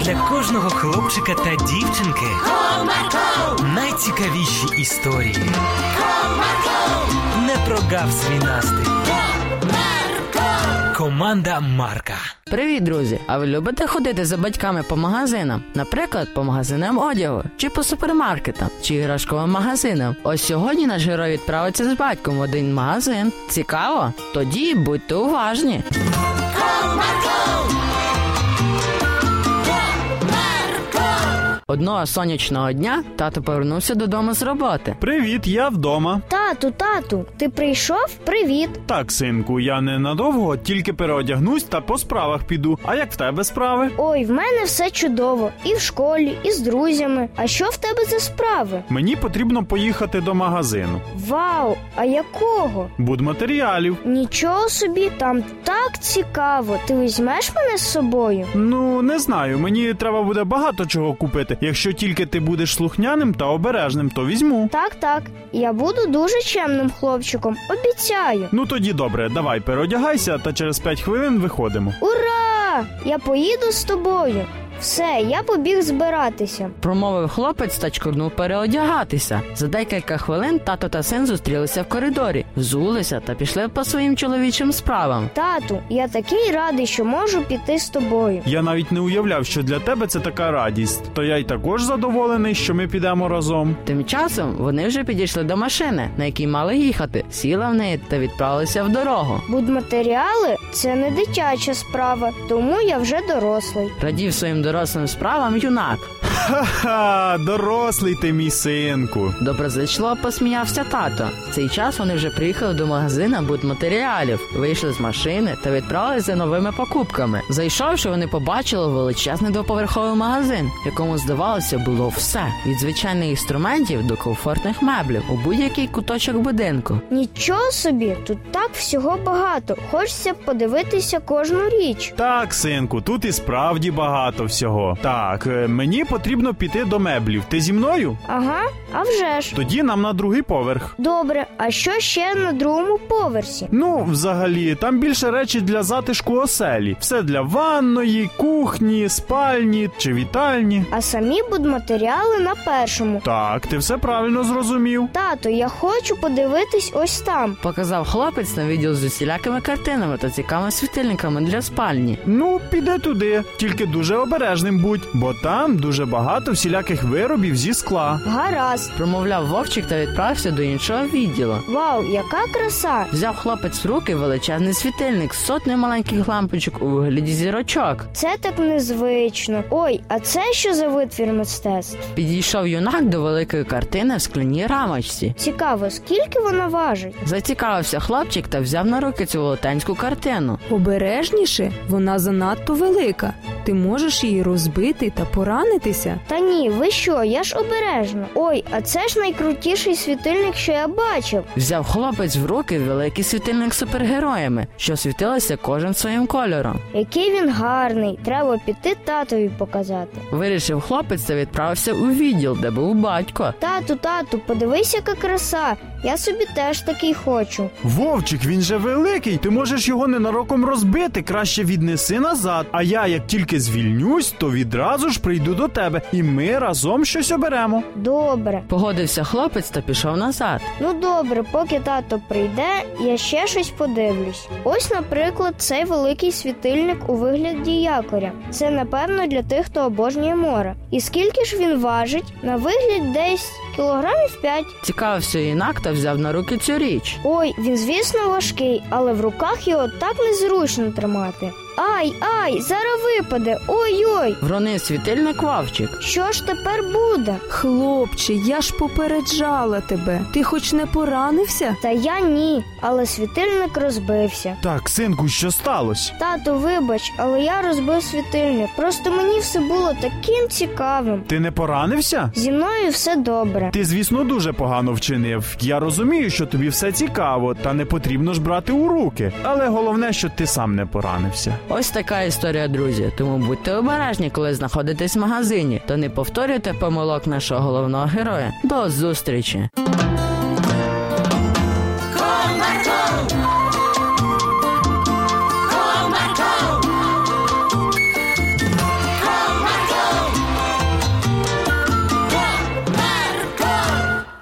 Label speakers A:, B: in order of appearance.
A: для кожного хлопчика та дівчинки найцікавіші історії. Не прогав свій настрій. Команда Марка.
B: Привіт, друзі! А ви любите ходити за батьками по магазинам? Наприклад, по магазинам одягу, чи по супермаркетам, чи іграшковим магазинам. Ось сьогодні наш герой відправиться з батьком в один магазин. Цікаво? Тоді будьте уважні. Одного сонячного дня тато повернувся додому з роботи.
C: Привіт, я вдома.
D: Тату, тату, ти прийшов? Привіт.
C: Так, синку, я ненадовго, тільки переодягнусь та по справах піду. А як в тебе справи?
D: Ой, в мене все чудово. І в школі, і з друзями. А що в тебе за справи?
C: Мені потрібно поїхати до магазину.
D: Вау, а якого?
C: Будматеріалів.
D: Нічого собі, там так цікаво. Ти візьмеш мене з собою?
C: Ну, не знаю, мені треба буде багато чого купити. Якщо тільки ти будеш слухняним та обережним, то візьму.
D: Так, так. Я буду дуже чемним хлопчиком, обіцяю.
C: Ну тоді добре, давай переодягайся та через 5 хвилин виходимо.
D: Ура! Я поїду з тобою. Все, я побіг збиратися.
B: Промовив хлопець та чкурнув переодягатися. За декілька хвилин тато та син зустрілися в коридорі, взулися та пішли по своїм чоловічим справам.
D: Тату, я такий радий, що можу піти з тобою.
C: Я навіть не уявляв, що для тебе це така радість. То я й також задоволений, що ми підемо разом.
B: Тим часом вони вже підійшли до машини, на якій мали їхати, сіла в неї та відправилися в дорогу.
D: Будматеріали це не дитяча справа, тому я вже дорослий.
B: Радів своїм дорослим справам юнак.
C: Ха, дорослий ти, мій синку.
B: Доброзичливо посміявся тато. В цей час вони вже приїхали до магазина будматеріалів, вийшли з машини та відправились за новими покупками. Зайшовши, вони побачили величезний двоповерховий магазин, в якому здавалося було все від звичайних інструментів до комфортних меблів у будь-який куточок будинку.
D: Нічого собі, тут так всього багато. Хочеться подивитися кожну річ.
C: Так, синку, тут і справді багато всього. Так, е, мені потрібно піти до меблів. Ти зі мною?
D: Ага, а вже ж.
C: Тоді нам на другий поверх.
D: Добре, а що ще на другому поверсі?
C: Ну, взагалі, там більше речі для затишку оселі. Все для ванної, кухні, спальні чи вітальні.
D: А самі будматеріали на першому.
C: Так, ти все правильно зрозумів.
D: Тато, я хочу подивитись ось там.
B: Показав хлопець на відділ з усілякими картинами та цікавими світильниками для спальні.
C: Ну, піде туди, тільки дуже обережним будь, бо там дуже багато всіляких виробів зі скла.
D: Гаразд.
B: Промовляв вовчик та відправився до іншого відділу.
D: Вау, яка краса!
B: Взяв хлопець в руки величезний світильник з сотнею маленьких лампочок у вигляді зірочок.
D: Це так незвично. Ой, а це що за витвір мистецтв?
B: Підійшов юнак до великої картини в скляній рамочці.
D: Цікаво, скільки вона важить?
B: Зацікавився хлопчик та взяв на руки цю велетенську картину.
E: Обережніше, вона занадто велика. Ти можеш її розбити та поранитися.
D: Та ні, ви що, я ж обережно. Ой, а це ж найкрутіший світильник, що я бачив.
B: Взяв хлопець в руки великий світильник з супергероями, що світилися кожен своїм кольором.
D: Який він гарний, треба піти татові показати.
B: Вирішив хлопець та відправився у відділ, де був батько.
D: Тату, тату, подивись, яка краса. Я собі теж такий хочу.
C: Вовчик, він же великий, ти можеш його ненароком розбити, краще віднеси назад. А я, як тільки звільнюсь, то відразу ж прийду до тебе, і ми разом щось оберемо.
D: Добре,
B: Погодився хлопець та пішов назад.
D: ну добре, поки тато прийде, я ще щось подивлюсь. Ось, наприклад, цей великий світильник у вигляді якоря. Це напевно для тих, хто обожнює море. І скільки ж він важить? На вигляд десь кілограмів 5.
B: Цікавився юнак та взяв на руки цю річ.
D: Ой, він, звісно, важкий, але в руках його так незручно тримати. Ай, ай, зараз випаде. Ой-ой.
B: Вронив світильник вавчик.
D: Що ж тепер буде?
E: Хлопче, я ж попереджала тебе. Ти хоч не поранився?
D: Та я ні, але світильник розбився.
C: Так, синку, що сталося?
D: Тату, вибач, але я розбив світильник. Просто мені все було таким цікавим.
C: Ти не поранився?
D: Зі мною все добре.
C: Ти, звісно, дуже погано вчинив. Я розумію, що тобі все цікаво, та не потрібно ж брати у руки. Але головне, що ти сам не поранився.
B: Ось така історія, друзі. Тому будьте обережні, коли знаходитесь в магазині, та не повторюйте помилок нашого головного героя. До зустрічі!